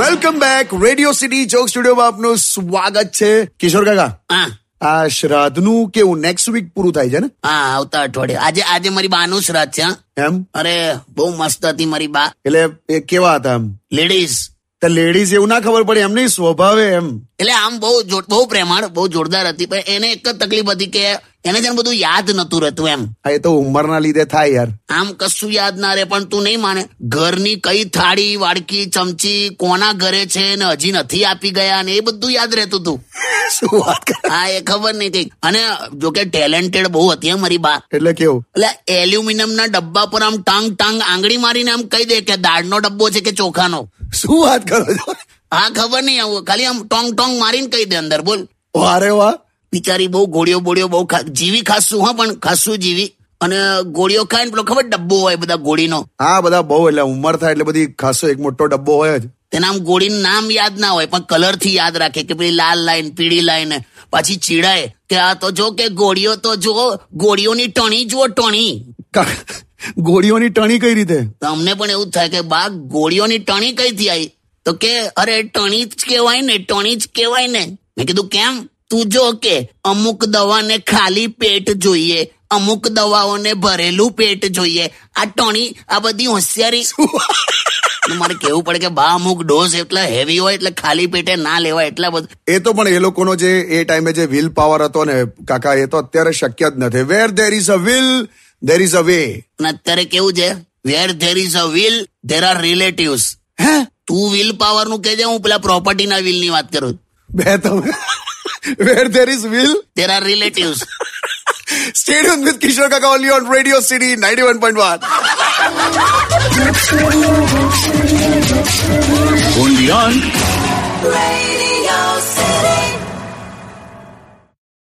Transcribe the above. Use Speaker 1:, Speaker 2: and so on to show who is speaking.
Speaker 1: Welcome back Radio City joke સ્ટુડિયોમાં આપનું સ્વાગત છે કિશોર કાકા
Speaker 2: હા
Speaker 1: આ શ્રાદ્ધનું કેવું નેક્સ્ટ વીક પૂરું થાય છે ને
Speaker 2: હા આવતા અઠવાડિયે આજે આજે મારી બાનું શ્રાદ્ધ છે હા.
Speaker 1: એમ
Speaker 2: અરે બહુ મસ્ત હતી મારી બા
Speaker 1: એટલે એ કેવા હતા એમ
Speaker 2: લેડીઝ
Speaker 1: તો લેડીઝ એવું ના ખબર પડે એમની સ્વભાવે એમ
Speaker 2: એટલે આમ બહુ જો- બહુ પ્રેમાળ બહુ જોરદાર હતી પણ એને એક જ તકલીફ હતી કે એને છે ને બધું યાદ નતું રહેતું એમ
Speaker 1: આ એ તો ઉંમરના લીધે થાય યાર
Speaker 2: આમ કશું યાદ ના રહે પણ તું નહીં માને ઘરની કઈ થાળી વાડકી ચમચી કોના ઘરે છે ને હજી નથી આપી ગયા ને એ બધું યાદ રહેતું હતું
Speaker 1: શું વાત કરે
Speaker 2: હા એ ખબર નહીં કઈ અને જોકે ટેલેન્ટેડ બહુ હતી હે મારી બા
Speaker 1: એટલે કેવું
Speaker 2: એટલે એલ્યુમિનિયમ ના ડબ્બા પર આમ ટાંગ ટાંગ આંગળી મારીને આમ કહી દે કે દાળનો ડબ્બો છે કે ચોખાનો
Speaker 1: શું વાત કરો છો
Speaker 2: હા ખબર નહીં આવું ખાલી આમ ટોંગ ટોંગ મારીને કહી દે અંદર બોલ
Speaker 1: વારે વાહ
Speaker 2: બિચારી બહુ ગોળીઓ બોળીઓ બહુ ખા જીવી ખાસું હા પણ ખાસું જીવી અને ગોળીઓ ખાય ને પેલો ખબર ડબ્બો હોય બધા ગોળીનો
Speaker 1: હા બધા બહુ એટલે ઉંમર થાય એટલે બધી ખાસો એક મોટો ડબ્બો હોય જ
Speaker 2: તેના આમ ગોળીનું નામ યાદ ના હોય પણ કલર થી યાદ રાખે કે પેલી લાલ લાઈન પીળી લાઈન પાછી ચીડાય કે આ તો જો કે ગોળીઓ તો જુઓ ગોળીઓની ટણી જુઓ ટણી
Speaker 1: કાકા, ગોળીઓની ટણી કઈ રીતે
Speaker 2: તો અમને પણ એવું જ થાય કે બા ગોળીઓની ટણી કઈથી આવી તો કે અરે ટણી જ કહેવાય ને ટણી જ કહેવાય ને મેં કીધું કેમ તું જો કે અમુક દવાને ખાલી પેટ જોઈએ અમુક દવાઓને ભરેલું પેટ જોઈએ આ ટણી આ બધી હોશિયારી અને મારે કેવું પડે કે બા અમુક ડોઝ એટલા હેવી હોય એટલે ખાલી પેટે ના લેવાય એટલા બધા
Speaker 1: એ તો પણ એ લોકોનો જે એ ટાઈમે જે વિલ પાવર હતો ને કાકા એ તો અત્યારે શક્ય જ નથી where there is a will there is a way
Speaker 2: અને અત્યારે કેવું છે where there is a will there are relatives
Speaker 1: હે
Speaker 2: તું વિલ પાવર નું કહી દે હું પેલા પ્રોપર્ટીના વિલ ની વાત કરું
Speaker 1: બે તમે where there is will
Speaker 2: there are relatives
Speaker 1: stadium with કિશોર કાકા only on radio city ninety one point one
Speaker 3: only on
Speaker 4: Radio City.